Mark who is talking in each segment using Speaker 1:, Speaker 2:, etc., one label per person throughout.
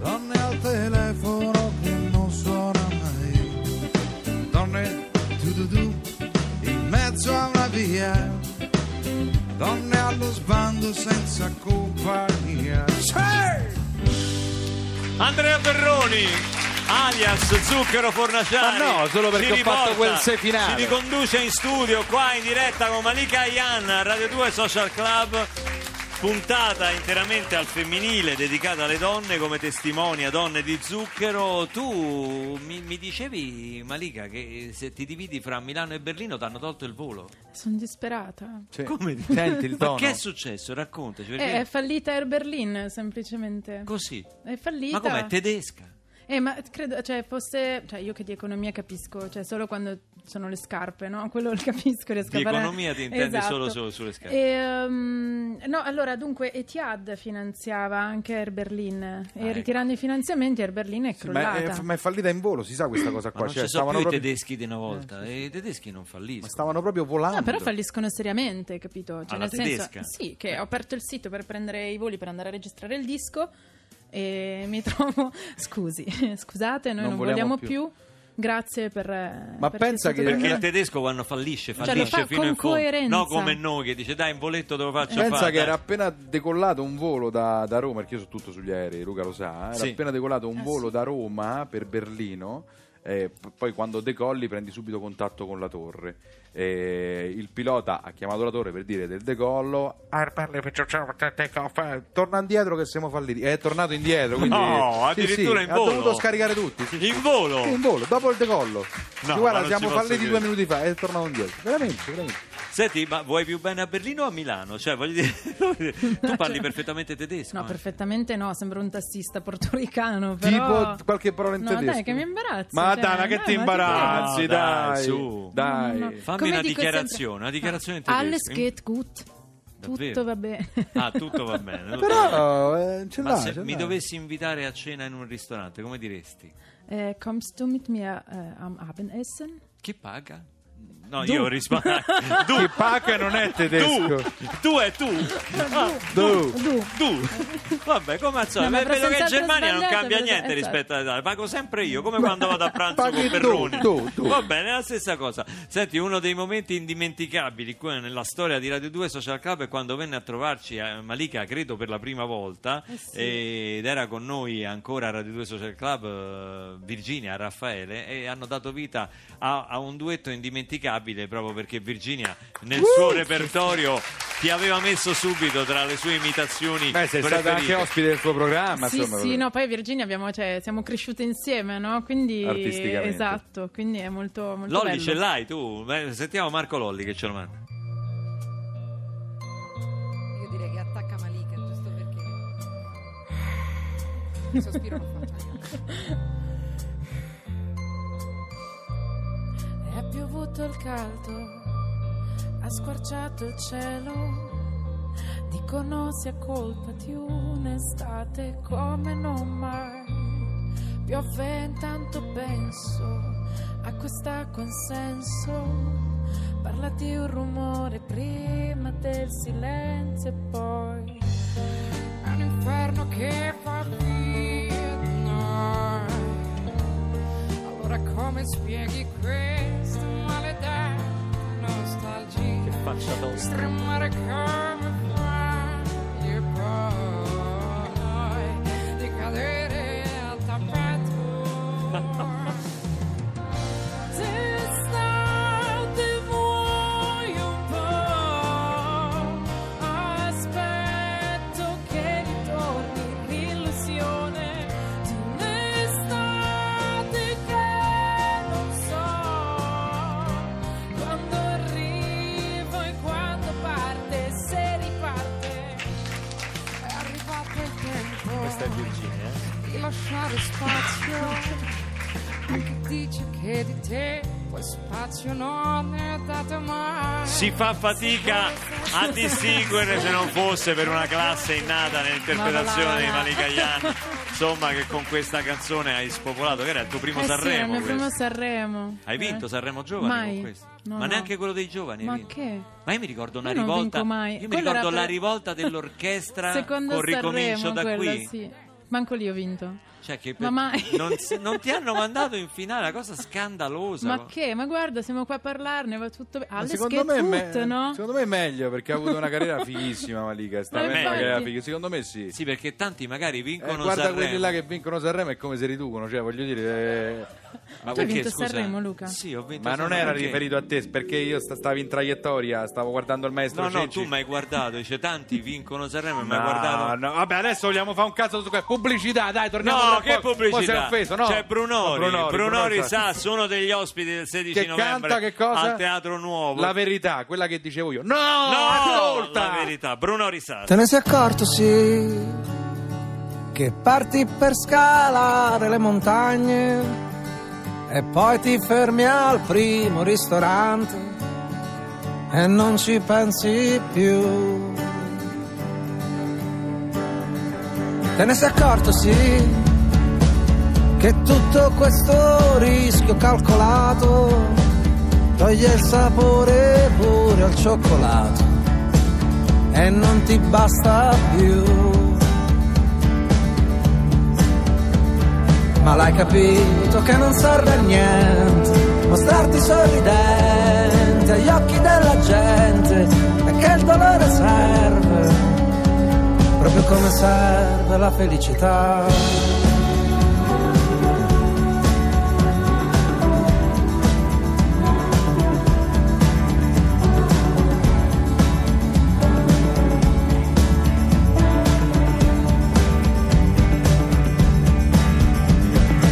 Speaker 1: Donne al telefono che non suona mai. Donne, giù giù, in mezzo a una via. Donne allo sbando senza compagnia. Sì!
Speaker 2: Andrea Perroni, alias Zucchero Fornaciari.
Speaker 3: Ma no, solo perché
Speaker 2: ci
Speaker 3: ho fatto
Speaker 2: riporta,
Speaker 3: quel sé finale.
Speaker 2: Ci riconduce in studio qua in diretta con Malika Ayan, a Radio 2 Social Club. Puntata interamente al femminile, dedicata alle donne come testimonia, donne di zucchero. Tu mi, mi dicevi, Malika, che eh, se ti dividi fra Milano e Berlino ti hanno tolto il volo.
Speaker 4: Sono disperata.
Speaker 2: Come?
Speaker 3: Senti il
Speaker 2: Ma
Speaker 3: tono.
Speaker 2: che è successo? Raccontaci. perché
Speaker 4: Eh, è fallita Air Berlin, semplicemente.
Speaker 2: così.
Speaker 4: È fallita.
Speaker 2: Ma com'è? Tedesca.
Speaker 4: Eh, ma credo, cioè, fosse. Cioè, io che di economia capisco, cioè, solo quando sono le scarpe, no? Quello lo capisco, le scarpe.
Speaker 2: economia ti intendi solo su- sulle scarpe.
Speaker 4: Esatto. Ehm, no, allora, dunque, Etihad finanziava anche Air Berlin. e
Speaker 2: ecco.
Speaker 4: ritirando i finanziamenti, Air Berlin è
Speaker 5: Ma è,
Speaker 4: crollata.
Speaker 5: ma è fallita in volo, si sa questa cosa
Speaker 2: Ma
Speaker 5: qua.
Speaker 2: non
Speaker 5: cioè,
Speaker 2: ci sono più
Speaker 5: stavano,
Speaker 2: i
Speaker 5: proprio,
Speaker 2: tedeschi
Speaker 4: Eh,
Speaker 2: di una volta. e I tedeschi non falliscono.
Speaker 5: ma stavano proprio volando.
Speaker 4: No, però falliscono seriamente, capito? Cioè,
Speaker 2: Alla
Speaker 4: nel senso,
Speaker 2: tedesca?
Speaker 4: sì, che ho aperto il sito per prendere i voli per andare a registrare il disco e mi trovo. Scusi, scusate, noi non, vogliamo, più. Grazie per.
Speaker 5: Ma pensa che-
Speaker 2: Perché
Speaker 5: Era-
Speaker 2: il tedesco quando fallisce,
Speaker 4: Cioè, lo
Speaker 2: fallisce
Speaker 4: fa
Speaker 2: fino
Speaker 4: con
Speaker 2: in fondo.
Speaker 4: coerenza.
Speaker 2: No, come noi che dice dai, un voletto te lo faccio
Speaker 5: Pensa
Speaker 2: fare.
Speaker 5: che
Speaker 2: dai."
Speaker 5: era appena decollato un volo da, da Roma, perché io so tutto sugli aerei, Luca lo sa. Era
Speaker 2: Sì.
Speaker 5: appena decollato un
Speaker 4: Ah,
Speaker 5: volo
Speaker 4: sì.
Speaker 5: da Roma eh, per Berlino. eh, p- poi quando decolli prendi subito contatto con la torre. Eh, il pilota ha chiamato la torre per dire del decollo. "Ah, parli, perciò c'è un take off, eh, Torna indietro che siamo falliti. È tornato indietro. Quindi,
Speaker 2: No,
Speaker 5: Sì, sì,
Speaker 2: addirittura in volo.
Speaker 5: Ha dovuto scaricare tutti. sì, sì.
Speaker 2: In volo.
Speaker 5: In volo, dopo il decollo. Dice,
Speaker 2: ma non
Speaker 5: guarda,
Speaker 2: ci
Speaker 5: siamo
Speaker 2: posso
Speaker 5: falliti due
Speaker 2: credere."
Speaker 5: minuti fa. È tornato indietro. Veramente, veramente.
Speaker 2: Senti, ma vuoi più bene a Berlino o a Milano? Cioè, voglio dire, tu parli perfettamente tedesco.
Speaker 4: Cioè, No,
Speaker 2: eh.
Speaker 4: perfettamente no, sembra un tassista portoricano. Però...
Speaker 5: Tipo qualche parola in
Speaker 4: no,
Speaker 5: tedesco.
Speaker 4: dai, che mi imbarazzi.
Speaker 5: Ma
Speaker 4: cioè,
Speaker 5: Dana, che
Speaker 4: no,
Speaker 5: ti
Speaker 4: ma
Speaker 5: imbarazzi,
Speaker 2: prego.
Speaker 5: dai,
Speaker 2: Dai, su.
Speaker 5: Dai.
Speaker 4: No, no.
Speaker 2: Fammi
Speaker 4: Come
Speaker 2: una
Speaker 4: dico sempre- Ah,
Speaker 2: dichiarazione, una dichiarazione in
Speaker 4: Alles
Speaker 2: tedesco.
Speaker 4: geht gut.
Speaker 2: Davvero?
Speaker 4: Tutto va bene.
Speaker 2: Ah, tutto va bene.
Speaker 5: Però eh, ce
Speaker 2: ma
Speaker 5: l'ha,
Speaker 2: se
Speaker 5: ce
Speaker 2: mi
Speaker 5: l'ha.
Speaker 2: dovessi invitare a cena in un ristorante, come diresti?
Speaker 4: Eh, kommst du mit mir eh, am Abendessen?
Speaker 2: Chi paga? No, io rispondo. tu,
Speaker 5: Chi paga non è tedesco.
Speaker 2: tu, tu e tu. Ah,
Speaker 5: Du.
Speaker 4: Du.
Speaker 2: tu. Vabbè, come al solito,
Speaker 4: No, ma
Speaker 2: beh, vedo che
Speaker 4: forse
Speaker 2: in
Speaker 4: è stato
Speaker 2: Germania non
Speaker 4: sbagliato,
Speaker 2: cambia
Speaker 4: però-
Speaker 2: niente
Speaker 4: esatto.
Speaker 2: rispetto all'Italia. Pago sempre io, come quando vado a pranzo con
Speaker 5: Paghi tu,
Speaker 2: Perroni.
Speaker 5: tu, tu.
Speaker 2: Va bene, è la stessa cosa. Senti, uno dei momenti indimenticabili qua nella storia di Radio 2 Social Club è quando venne a trovarci eh, Malika, credo per la prima volta,
Speaker 4: Eh
Speaker 2: ed era con noi ancora a Radio 2 Social Club eh, Virginia, Raffaele, e hanno dato vita a, a un duetto indimenticabile proprio perché Virginia nel suo repertorio ti aveva messo subito tra le sue imitazioni
Speaker 5: Beh, Eh, sei stata
Speaker 2: preferite.
Speaker 5: anche ospite del suo
Speaker 2: Ah,
Speaker 5: programma,
Speaker 4: sì,
Speaker 5: insomma.
Speaker 4: sì, no, poi Virginia abbiamo, cioè, siamo cresciute insieme, no? Quindi
Speaker 5: Artisticamente.
Speaker 4: esatto, quindi è molto, molto
Speaker 2: Lolli
Speaker 4: bello.
Speaker 2: ce l'hai tu? Beh, sentiamo Marco Lolli che ce lo manda.
Speaker 6: Io direi che attacca Malika, giusto perché. Il sospiro non faccio.
Speaker 7: È piovuto il caldo, ha squarciato il cielo. Dicono sia colpa di un'estate come non mai. Piove intanto penso a questa consenso. Parla di un rumore prima del silenzio e poi è un inferno che va via di noi. Allora come spieghi questa maledetta nostalgia? Che faccia tosta. Stremare come fai e poi di cadere al tappeto. D'estate muoio un po', aspetto che ritorni l'illusione di un'estate che non so quando arrivo e quando parte, se riparte
Speaker 6: È arrivato il tempo
Speaker 4: eh.
Speaker 7: Virginia.
Speaker 6: di lasciare spazio a chi dice che di te
Speaker 8: poi spazio non è dato mai.
Speaker 2: Si fa fatica a distinguere se non fosse per una classe innata nell'interpretazione di Malika Ian. Insomma, che con questa canzone hai spopolato, che era il tuo primo
Speaker 4: eh sì, era il
Speaker 2: Sanremo.
Speaker 4: mio
Speaker 2: questo.
Speaker 4: primo Sanremo.
Speaker 2: Hai vinto
Speaker 4: Eh.
Speaker 2: Sanremo Giovani
Speaker 4: Mai.
Speaker 2: con questo?
Speaker 4: No,
Speaker 2: ma
Speaker 4: no.
Speaker 2: neanche quello dei giovani. hai
Speaker 4: Ma
Speaker 2: vinto?
Speaker 4: che?
Speaker 2: Ma io mi ricordo una
Speaker 4: Io non
Speaker 2: rivolta.
Speaker 4: vinco mai.
Speaker 2: Io mi
Speaker 4: Quello era
Speaker 2: ricordo la
Speaker 4: per-
Speaker 2: rivolta dell'orchestra
Speaker 4: Secondo
Speaker 2: con ricomincio
Speaker 4: Sanremo,
Speaker 2: da
Speaker 4: quello,
Speaker 2: qui.
Speaker 4: sì. Manco lì ho vinto.
Speaker 2: Cioè, che
Speaker 4: Ma mai.
Speaker 2: non, s- non ti hanno mandato in finale, una cosa scandalosa.
Speaker 4: Ma che? Ma guarda, siamo qua a parlarne, va tutto bene.
Speaker 5: Ma
Speaker 4: Alex
Speaker 5: secondo, me è me-
Speaker 4: tutto, no?
Speaker 5: secondo me è meglio perché ha avuto una carriera fighissima Malika. Sta
Speaker 4: Ma
Speaker 5: avendo una
Speaker 2: infatti.
Speaker 5: carriera fighissima. Secondo me sì.
Speaker 2: Sì, perché tanti magari
Speaker 5: Eh,
Speaker 2: vincono
Speaker 5: guarda
Speaker 2: Sanremo.
Speaker 5: quelli là che vincono Sanremo e come si riducono, cioè voglio dire. eh,
Speaker 2: Ma
Speaker 4: Tu hai
Speaker 2: perché,
Speaker 4: vinto
Speaker 2: scusa?
Speaker 4: Sanremo, Luca?
Speaker 2: Sì, ho vinto
Speaker 5: Ma non
Speaker 2: Sanremo,
Speaker 5: era
Speaker 2: perché-
Speaker 5: riferito a te perché io sta- stavo in traiettoria, stavo guardando il maestro
Speaker 2: No, no,
Speaker 5: Cecci.
Speaker 2: tu mi hai guardato, dice tanti vincono Sanremo, mi
Speaker 5: No,
Speaker 2: hai guardato.
Speaker 5: no, vabbè, adesso vogliamo fare un cazzo su questo. Pubblicità, dai, torniamo
Speaker 2: No,
Speaker 5: tra
Speaker 2: che
Speaker 5: poco. Poi si è
Speaker 2: pubblicità!
Speaker 5: offeso, no?
Speaker 2: C'è Brunori,
Speaker 5: No,
Speaker 2: Brunori,
Speaker 5: sta-
Speaker 2: sa, sono degli ospiti del 16
Speaker 5: che
Speaker 2: novembre
Speaker 5: canta che cosa?
Speaker 2: al Teatro Nuovo.
Speaker 5: La verità, quella che dicevo io. No,
Speaker 2: no,
Speaker 5: ascolta!
Speaker 2: la verità, Brunori sa.
Speaker 1: Te ne sei accorto, sì, che parti per scalare le montagne e poi ti fermi al primo ristorante e non ci pensi più. Te ne sei accorto, sì, che tutto questo rischio calcolato toglie il sapore pure al cioccolato e non ti basta più. Ma l'hai capito che non serve a niente mostrarti sorridente agli occhi della gente e che il dolore serve proprio come serve la felicità.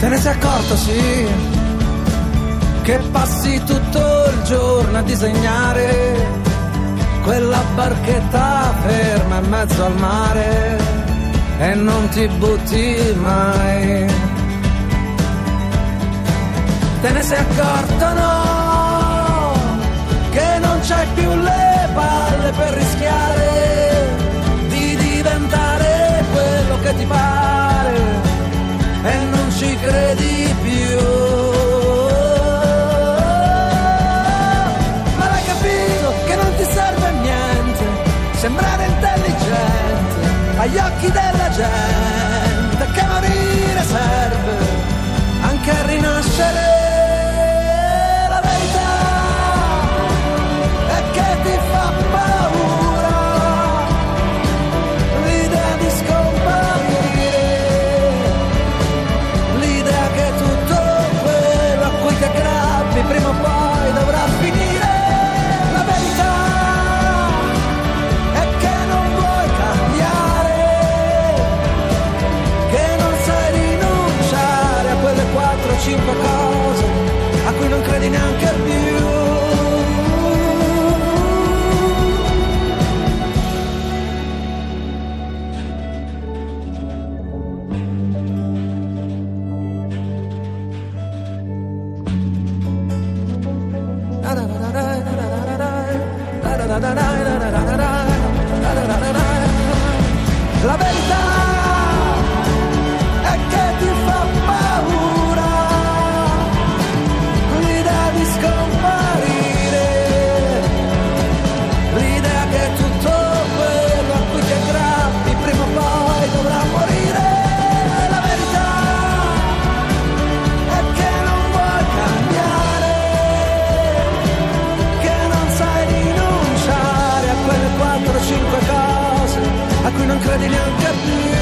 Speaker 1: Te ne sei accorto, sì, che passi tutto il giorno a disegnare quella barchetta ferma in mezzo al mare e non ti butti mai. Te ne sei accorto, no, che non c'hai più le palle per rischiare di diventare quello che ti pare e non ci credi più. Ma l'hai capito che non ti serve a niente sembrare intelligente agli occhi della gente, che morire serve anche a rinascere. La verità è che ti fa paura l'idea di scomparire l'idea che tutto quello a cui ti aggrappi prima o poi dovrà finire. La verità è che non vuoi cambiare, che non sai rinunciare a quelle 4-5 cose a cui non credi neanche più. La verità è che ti fa paura l'idea di scomparire, l'idea che tutto quello a cui ti aggrappi prima o poi dovrà morire. La verità è che non vuoi cambiare che non sai rinunciare a quelle 4 o 5 cose a cui non credi neanche più.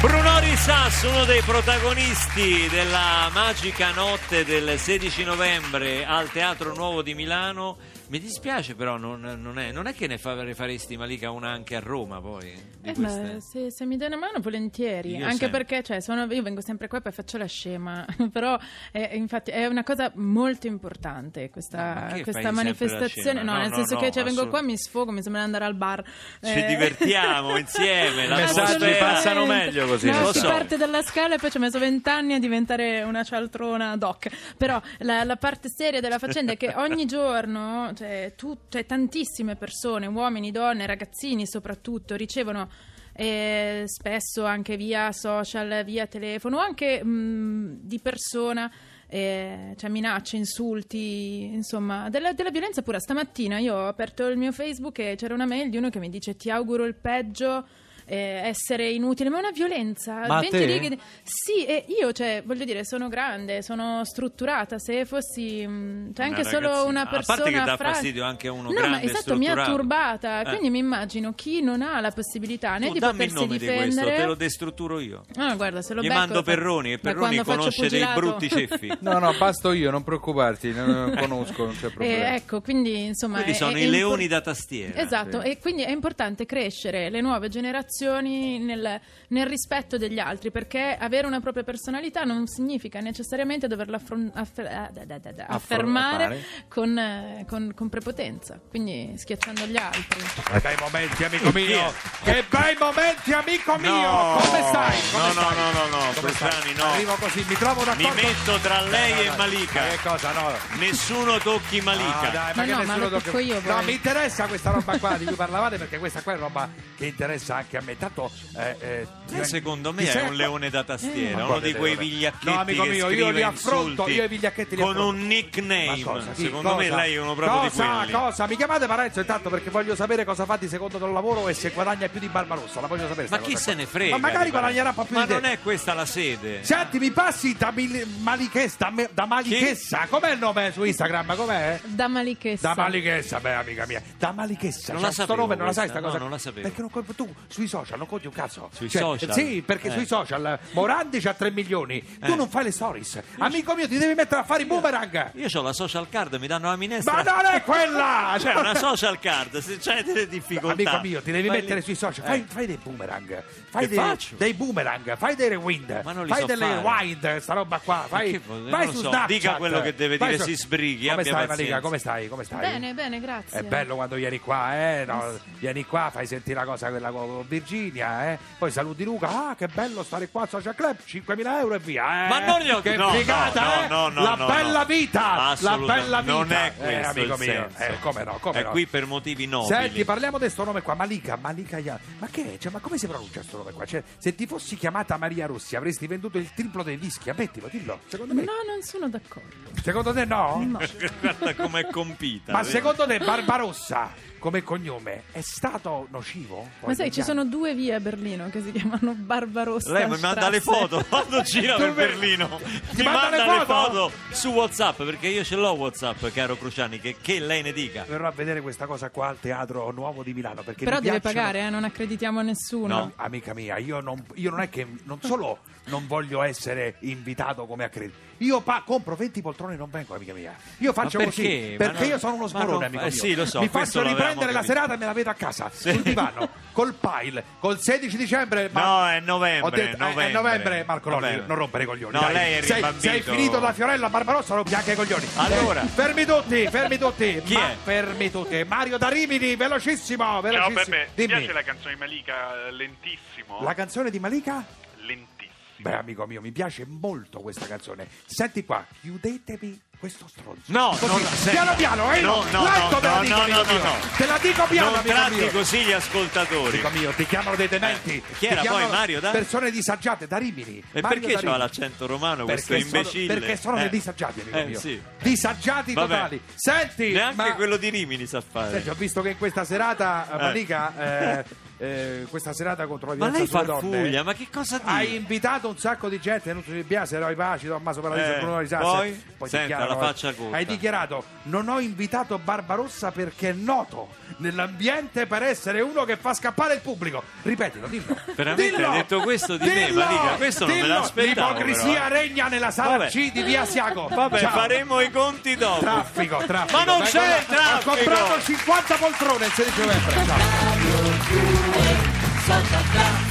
Speaker 2: Brunori Sass, uno dei protagonisti della magica notte del 16 novembre al Teatro Nuovo di Milano. Mi dispiace, però, non, non è, non è che ne fa- ne faresti Malika una anche a Roma, poi. di
Speaker 4: Eh,
Speaker 2: queste?
Speaker 4: beh, se, se mi dai una mano, volentieri.
Speaker 2: Io
Speaker 4: Anche
Speaker 2: sempre.
Speaker 4: perché cioè, sono- io vengo sempre qua e poi faccio la scema. Però è, infatti, è una cosa molto importante
Speaker 2: No, ma
Speaker 4: questa,
Speaker 2: che
Speaker 4: questa
Speaker 2: fai sempre la
Speaker 4: manifestazione.
Speaker 2: scema?
Speaker 4: No,
Speaker 2: No,
Speaker 4: nel
Speaker 2: no,
Speaker 4: senso
Speaker 2: no,
Speaker 4: che cioè, vengo
Speaker 2: assolut-
Speaker 4: qua, mi sfogo, mi sembra di andare al bar. eh.
Speaker 2: Ci divertiamo insieme,
Speaker 4: I
Speaker 2: l'atmosfera-
Speaker 4: messaggi
Speaker 2: passano
Speaker 5: meglio così,
Speaker 4: No,
Speaker 2: lo
Speaker 4: si
Speaker 2: so.
Speaker 4: parte dalla scala e poi ci ho messo vent'anni a diventare una cialtrona doc. Però la, la parte seria della faccenda è che ogni giorno cioè, tu- cioè, tantissime persone, uomini, donne, ragazzini soprattutto, ricevono eh, spesso anche via social, via telefono, o anche mh, di persona. eh, cioè minacce, insulti, insomma, della, della violenza pura. Stamattina io ho aperto il mio Facebook e c'era una mail di uno che mi dice: Ti auguro il peggio, eh, essere inutile, ma è una violenza.
Speaker 9: Ma a
Speaker 4: 20
Speaker 9: te?
Speaker 4: righe di- Sì, e io, cioè, voglio dire, sono grande, sono strutturata. Se fossi mh, cioè,
Speaker 2: Una
Speaker 4: anche solo
Speaker 2: ragazzina.
Speaker 4: una
Speaker 2: A parte
Speaker 4: persona.
Speaker 2: che dà
Speaker 4: fragile-
Speaker 2: fastidio anche a uno
Speaker 4: no, ma
Speaker 2: grande e
Speaker 4: esatto, mi ha
Speaker 2: strutturato.
Speaker 4: turbata.
Speaker 2: Eh.
Speaker 4: Quindi mi immagino chi non ha la possibilità né
Speaker 2: Tu
Speaker 4: di
Speaker 2: Oh, dammi il
Speaker 4: potersi
Speaker 2: nome di questo,
Speaker 4: difendere.
Speaker 2: te lo destrutturo io.
Speaker 4: Ah, guarda, se lo
Speaker 2: Gli
Speaker 4: becco,
Speaker 2: mando
Speaker 4: lo fa-
Speaker 2: Perroni e
Speaker 4: da
Speaker 2: Perroni
Speaker 4: quando faccio
Speaker 2: conosce dei
Speaker 4: pugilato.
Speaker 2: brutti ceffi.
Speaker 5: No, no, basto io, non preoccuparti, non, non
Speaker 2: Eh.
Speaker 5: conosco, non c'è problema.
Speaker 4: Eh, ecco, quindi insomma.
Speaker 2: Quelli
Speaker 4: è-
Speaker 2: sono
Speaker 4: è
Speaker 2: i
Speaker 4: impor-
Speaker 2: leoni da tastiera.
Speaker 4: Esatto,
Speaker 5: sì.
Speaker 4: e quindi è importante crescere le nuove generazioni nel, nel rispetto degli altri, perché avere una propria personalità non significa necessariamente doverla affron- aff- ah, da- da- da- da- affermare con, eh, con- con prepotenza, quindi schiacciando gli altri.
Speaker 5: Che bei momenti, amico mio! Che bei momenti, amico
Speaker 2: No.
Speaker 5: mio! Come stai? Come
Speaker 2: no, no,
Speaker 5: stai?
Speaker 2: no, no, no,
Speaker 5: Come
Speaker 2: Questani
Speaker 5: stai?
Speaker 2: no.
Speaker 5: Arrivo così, mi trovo d'accordo.
Speaker 2: Mi metto tra lei
Speaker 5: No, no,
Speaker 2: e
Speaker 5: no.
Speaker 2: Malika.
Speaker 5: Ma che cosa, no?
Speaker 2: Nessuno tocchi Malika.
Speaker 5: ecco. Ah, dai,
Speaker 4: Ma
Speaker 5: che
Speaker 4: no, ma
Speaker 5: nessuno
Speaker 4: lo
Speaker 5: tocca-
Speaker 4: tocco io,
Speaker 5: No,
Speaker 4: poi.
Speaker 5: mi interessa questa roba qua di cui parlavate perché questa qua è roba che interessa anche a me. Tanto eh, eh, certo
Speaker 2: Eh, secondo me
Speaker 5: mi
Speaker 2: è
Speaker 5: serve-
Speaker 2: un leone da tastiera,
Speaker 5: Eh, Ma
Speaker 2: uno
Speaker 5: guarda,
Speaker 2: di quei
Speaker 5: leone.
Speaker 2: vigliacchetti
Speaker 5: No, amico
Speaker 2: che
Speaker 5: mio, io
Speaker 2: scrive
Speaker 5: li affronto,
Speaker 2: insulti
Speaker 5: io i vigliacchetti li
Speaker 2: con
Speaker 5: affronto.
Speaker 2: un nickname.
Speaker 5: Ma cosa? Chi?
Speaker 2: Secondo me
Speaker 5: Cosa?
Speaker 2: lei è uno proprio
Speaker 5: cosa?
Speaker 2: di quelli.
Speaker 5: Cosa? Mi chiamate Parenzo intanto perché voglio sapere cosa fa di secondo del lavoro e se guadagna più di Barbarossa. La voglio sapere.
Speaker 2: Ma
Speaker 5: sta
Speaker 2: chi
Speaker 5: cosa
Speaker 2: se
Speaker 5: qua.
Speaker 2: ne frega?
Speaker 5: Ma magari
Speaker 2: di Barba-
Speaker 5: guadagnerà un po' più
Speaker 2: Ma
Speaker 5: di te. Cioè-
Speaker 2: non è questa la sede.
Speaker 5: Senti, mi passi da Mil- Malichessa, me- da Malichessa. Com'è il nome su Instagram? Com'è?
Speaker 4: Da Malichessa.
Speaker 5: Da Malichessa, beh, amica mia. Da Malichessa.
Speaker 2: Non
Speaker 5: Cioè,
Speaker 2: la
Speaker 5: sto
Speaker 2: sapevo
Speaker 5: nome, non la sai
Speaker 2: questa,
Speaker 5: sta
Speaker 2: no,
Speaker 5: cosa?
Speaker 2: non la sapevo.
Speaker 5: Perché non comp- tu sui social non conti un cazzo.
Speaker 2: Sui
Speaker 5: Cioè,
Speaker 2: social?
Speaker 5: Sì, perché
Speaker 2: Eh.
Speaker 5: sui social Morandi c'ha 3 milioni. Tu
Speaker 2: Eh.
Speaker 5: non fai le stories. Amico mio, ti devi mettere a fare i boomerang.
Speaker 2: Io ho la social card, mi danno la minestra.
Speaker 5: Ma non è quella!
Speaker 2: Cioè, una social card, se c'hai delle difficoltà.
Speaker 5: Amico mio, ti devi
Speaker 2: vai
Speaker 5: mettere
Speaker 2: lì.
Speaker 5: sui social,
Speaker 2: Eh.
Speaker 5: fai, fai dei boomerang, fai
Speaker 2: Che
Speaker 5: dei,
Speaker 2: faccio?
Speaker 5: dei boomerang, fai dei rewind,
Speaker 2: Ma non li
Speaker 5: fai
Speaker 2: so
Speaker 5: delle
Speaker 2: fare.
Speaker 5: wind, sta roba qua, fai,
Speaker 2: che vuol-
Speaker 5: vai
Speaker 2: non
Speaker 5: su
Speaker 2: so,
Speaker 5: Snapchat.
Speaker 2: dica quello che deve
Speaker 5: vai
Speaker 2: dire, si sbrighi,
Speaker 5: Come
Speaker 2: abbia
Speaker 5: stai
Speaker 2: pazienza.
Speaker 5: Malika, come stai, come stai?
Speaker 4: Bene, bene, grazie.
Speaker 5: È bello quando vieni qua, eh? no? vieni qua, fai sentire la cosa quella con Virginia, eh? poi saluti Luca, ah che bello stare qua al Social Club, 5.000 euro e via. eh?
Speaker 2: Ma non gli ho-
Speaker 5: Che
Speaker 2: no,
Speaker 5: figata,
Speaker 2: no,
Speaker 5: eh?
Speaker 2: no, no,
Speaker 5: la
Speaker 2: no,
Speaker 5: bella
Speaker 2: no.
Speaker 5: vita, la
Speaker 2: Assolutamente.
Speaker 5: bella vita.
Speaker 2: Non è
Speaker 5: eh,
Speaker 2: questo
Speaker 5: amico
Speaker 2: il
Speaker 5: mio,
Speaker 2: senso.
Speaker 5: eh, come no, come
Speaker 2: È
Speaker 5: no.
Speaker 2: qui per motivi nobili.
Speaker 5: Senti, parliamo di questo nome qua, Malika, Malika Yan. Ma che è? Cioè, ma come si pronuncia questo nome qua? Cioè, se ti fossi chiamata Maria Rossi avresti venduto il triplo dei dischi, ammettilo, dillo. Secondo me.
Speaker 4: No, non sono d'accordo.
Speaker 5: Secondo te no?
Speaker 2: Guarda com'è compita.
Speaker 5: Ma
Speaker 2: vedi?
Speaker 5: secondo te Barbarossa come cognome è stato nocivo? Poi
Speaker 4: Ma sai,
Speaker 5: negli
Speaker 4: ci
Speaker 5: anni?
Speaker 4: sono due vie a Berlino che si chiamano Barbarossa.
Speaker 2: Lei mi manda le
Speaker 4: Strasse.
Speaker 2: foto quando gira
Speaker 5: Tu
Speaker 2: per
Speaker 5: vedi?
Speaker 2: Berlino.
Speaker 5: Ti
Speaker 2: Mi
Speaker 5: manda
Speaker 2: manda
Speaker 5: le
Speaker 2: le
Speaker 5: foto?
Speaker 2: foto su WhatsApp perché io ce l'ho WhatsApp, caro Cruciani. Che, che lei ne dica.
Speaker 5: Verrò a vedere questa cosa qua al Teatro Nuovo di Milano perché
Speaker 4: Però
Speaker 5: mi
Speaker 4: deve
Speaker 5: piacciono-
Speaker 4: pagare, eh, non accreditiamo a nessuno.
Speaker 2: No.
Speaker 5: Amica mia, io non, io non è che non solo non voglio essere invitato come accredito, io pa- compro 20 poltrone e non vengo, amica mia. Io faccio
Speaker 2: perché?
Speaker 5: così
Speaker 2: Ma
Speaker 5: perché
Speaker 2: no-
Speaker 5: io sono uno
Speaker 2: ma
Speaker 5: sparone,
Speaker 2: non-
Speaker 5: amico
Speaker 2: eh
Speaker 5: mio.
Speaker 2: sì, lo so,
Speaker 5: Mi
Speaker 2: questo
Speaker 5: faccio
Speaker 2: l'avevamo
Speaker 5: riprendere la
Speaker 2: capito.
Speaker 5: serata e me la vedo a casa
Speaker 2: Sì.
Speaker 5: sul divano col pile, col 16 dicembre.
Speaker 2: No, è novembre,
Speaker 5: Ho detto- eh,
Speaker 2: novembre.
Speaker 5: È novembre, Marco Lolli,
Speaker 2: Novembre.
Speaker 5: non rompere i coglioni.
Speaker 2: No,
Speaker 5: dai.
Speaker 2: lei è
Speaker 5: sei,
Speaker 2: rimbambito.
Speaker 5: sei finito da Fiorella a Barbarossa, rompi anche i coglioni.
Speaker 2: Allora.
Speaker 5: Eh, fermi tutti, fermi tutti.
Speaker 2: Chi
Speaker 5: ma-
Speaker 2: è?
Speaker 5: Fermi tutti. Mario da Rimini, velocissimo,
Speaker 10: Ciao
Speaker 5: velocissimo.
Speaker 10: Peppe, ti
Speaker 5: Dimmi.
Speaker 10: piace la canzone di Malika eh, Lentissimo?
Speaker 5: La canzone di Malika?
Speaker 10: Lentissimo.
Speaker 5: Beh, amico mio, mi piace molto questa canzone. Senti qua, chiudetevi questo stronzo.
Speaker 2: No,
Speaker 5: Così,
Speaker 2: non- senti.
Speaker 5: piano piano, eh?
Speaker 2: No, no,
Speaker 5: Lento
Speaker 2: no,
Speaker 5: te la
Speaker 2: no,
Speaker 5: dico,
Speaker 2: no,
Speaker 5: amico
Speaker 2: no,
Speaker 5: mio.
Speaker 2: no.
Speaker 5: Te la dico piano,
Speaker 2: non
Speaker 5: amico
Speaker 2: tratti
Speaker 5: mio.
Speaker 2: così gli ascoltatori.
Speaker 5: Amico mio, ti chiamano dei dementi.
Speaker 2: chi
Speaker 5: Ti
Speaker 2: era poi
Speaker 5: chiamano
Speaker 2: Mario, dai?
Speaker 5: Persone disagiate da Rimini.
Speaker 2: E
Speaker 5: Mario
Speaker 2: perché
Speaker 5: da
Speaker 2: c'ha
Speaker 5: Rimini.
Speaker 2: l'accento romano questo
Speaker 5: Perché sono,
Speaker 2: imbecille?
Speaker 5: perché sono
Speaker 2: Eh.
Speaker 5: dei disagiati, amico
Speaker 2: Eh,
Speaker 5: mio.
Speaker 2: sì.
Speaker 5: Disagiati
Speaker 2: Vabbè.
Speaker 5: totali. Senti,
Speaker 2: Neanche
Speaker 5: ma...
Speaker 2: quello di Rimini sa fare.
Speaker 5: Senti, ho visto che in questa serata, eh,
Speaker 2: Eh.
Speaker 5: Malika, eh, eh, questa serata contro la
Speaker 2: ma
Speaker 5: violenza
Speaker 2: lei
Speaker 5: sulle donne... eh.
Speaker 2: farfuglia, ma che cosa dici?
Speaker 5: Hai invitato un sacco di gente, non si Biase, Roy Paci, Tommaso Paradiso,
Speaker 2: Eh,
Speaker 5: Bruno Risas.
Speaker 2: poi?
Speaker 5: ti
Speaker 2: Senta,
Speaker 5: dichiarano,
Speaker 2: la faccia
Speaker 5: eh,
Speaker 2: corta.
Speaker 5: Hai dichiarato: Non ho invitato Barbarossa perché è noto.
Speaker 9: nell'ambiente per essere uno che fa scappare il pubblico. Ripetilo, dillo.
Speaker 2: Veramente
Speaker 9: Dillo!
Speaker 2: hai detto questo di me,
Speaker 9: Dillo!
Speaker 2: Malika? Questo non me
Speaker 9: Dillo!
Speaker 2: l'aspettavo,
Speaker 9: L'ipocrisia
Speaker 2: però, eh.
Speaker 9: regna nella sala
Speaker 2: Vabbè.
Speaker 9: C di via Siago.
Speaker 2: Vabbè,
Speaker 9: Ciao.
Speaker 2: Cioè, faremo i conti dopo.
Speaker 9: Traffico, traffico.
Speaker 2: Ma non
Speaker 9: Vengo
Speaker 2: c'è
Speaker 9: là.
Speaker 2: il traffico!
Speaker 9: Ho comprato 50 poltrone il 16 novembre. Ciao.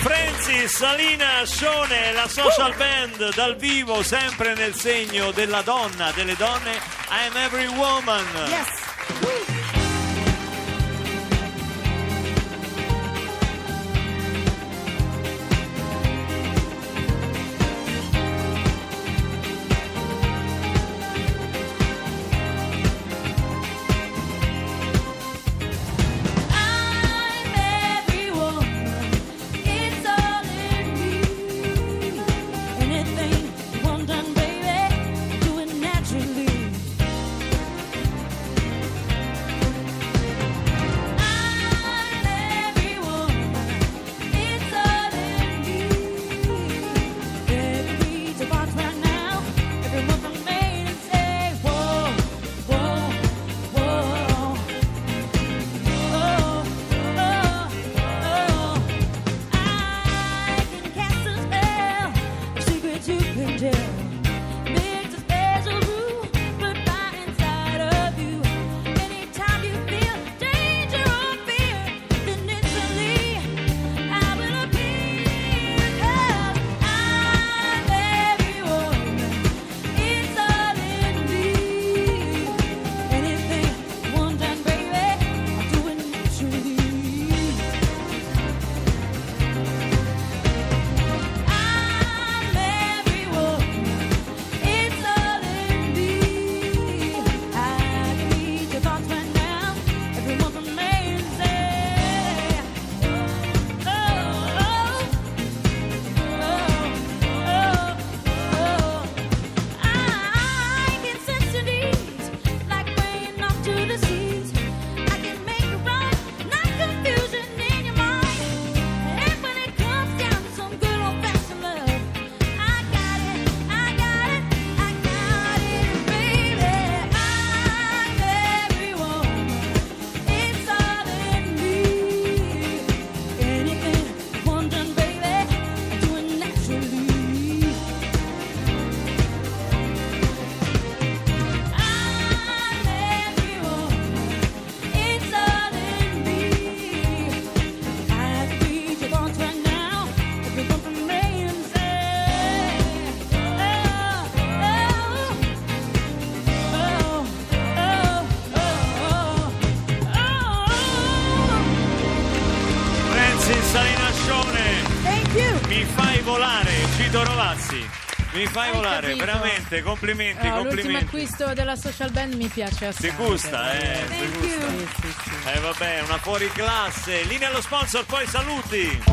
Speaker 2: Francis, Salina, Scione, la social band dal vivo, sempre nel segno della donna, delle donne. I'm every woman.
Speaker 8: I'm every woman. It's all in me. Anything you want done, baby, do it naturally. I'm every woman. It's all in me. Every beat of heart right now, every move I made, and say, whoa, whoa, whoa. It's all in me. Anything one time, baby, I do it naturally. I'm every woman. It's all in me. I can read your thoughts right now. Every one from Oh, oh, oh, oh, oh. I can sense your needs, like weighing off to the seas. I can make it right, not confusion in your mind. And when it comes down to some good old fashioned love, I got it, I got it, I got it, baby. I'm everyone, it's all in me. Anything one done, baby, I do it naturally. I'm every woman. It's all in me. I can read your thoughts right now. If you come from me and say, oh, oh, oh, oh, oh, oh.
Speaker 2: Francis, Salina, Scione,
Speaker 8: Thank you.
Speaker 2: mi fai volare, Cito Rovazzi. Mi fai
Speaker 4: Hai
Speaker 2: volare,
Speaker 4: capito.
Speaker 2: veramente, complimenti,
Speaker 4: Oh, l'ultimo
Speaker 2: complimenti.
Speaker 4: acquisto della social band mi piace
Speaker 2: Ti
Speaker 4: assai.
Speaker 2: gusta, eh, ti gusta. Eh vabbè, una fuori classe. Linea allo sponsor, poi saluti.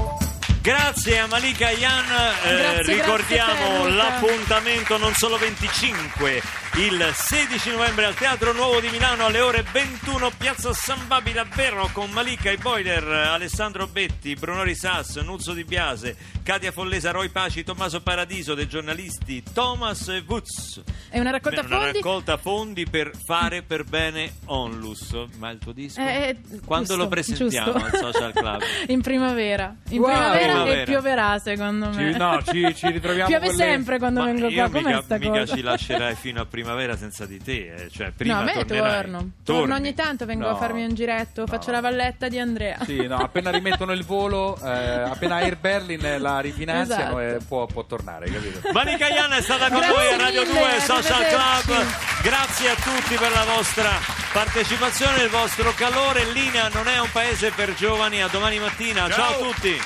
Speaker 2: Grazie a Malika Ian, eh,
Speaker 4: Grazie, grazie,
Speaker 2: ricordiamo
Speaker 4: Ferruca.
Speaker 2: l'appuntamento non solo 25, il 16 novembre al Teatro Nuovo di Milano alle ore 21, Piazza San Babi davvero con Malika e Boiler, eh, Alessandro Betti, Bruno Risas, Nuzzo Di Biase, Katia Follesa, Roy Paci, Tommaso Paradiso, dei giornalisti Thomas e Wutz.
Speaker 4: È una raccolta
Speaker 2: Beh, una
Speaker 4: fondi.
Speaker 2: raccolta fondi per fare per bene Onlus. Ma il tuo disco?
Speaker 4: Eh, eh,
Speaker 2: Quando
Speaker 4: giusto,
Speaker 2: lo presentiamo
Speaker 4: giusto.
Speaker 2: al Social Club?
Speaker 4: in primavera. In
Speaker 5: Wow.
Speaker 4: primavera,
Speaker 2: Primavera.
Speaker 4: e pioverà, secondo me.
Speaker 5: Ci- no, ci- ci ritroviamo
Speaker 4: Piove
Speaker 5: con le-
Speaker 4: sempre quando
Speaker 2: Ma
Speaker 4: vengo
Speaker 2: io
Speaker 4: qua. Com'è
Speaker 2: mica,
Speaker 4: sta
Speaker 2: mica
Speaker 4: cosa?
Speaker 2: ci lascerai fino a primavera senza di te, eh, cioè prima
Speaker 4: No, a me
Speaker 2: tornerai.
Speaker 4: torno.
Speaker 2: Torni.
Speaker 4: Torno ogni tanto, vengo a
Speaker 5: No.
Speaker 4: farmi un giretto, faccio la valletta di Andrea.
Speaker 5: Sì, no, appena rimettono il volo, eh, appena Air Berlin la rifinanziano
Speaker 4: Esatto.
Speaker 5: eh, può, può tornare, capito?
Speaker 2: Manica Iana è stata con
Speaker 4: Grazie
Speaker 2: noi a Radio
Speaker 4: mille,
Speaker 2: 2 Social
Speaker 4: arrivederci.
Speaker 2: Club. Grazie a tutti per la vostra partecipazione, il vostro calore. Linea non è un paese per giovani. A domani mattina. Ciao a tutti.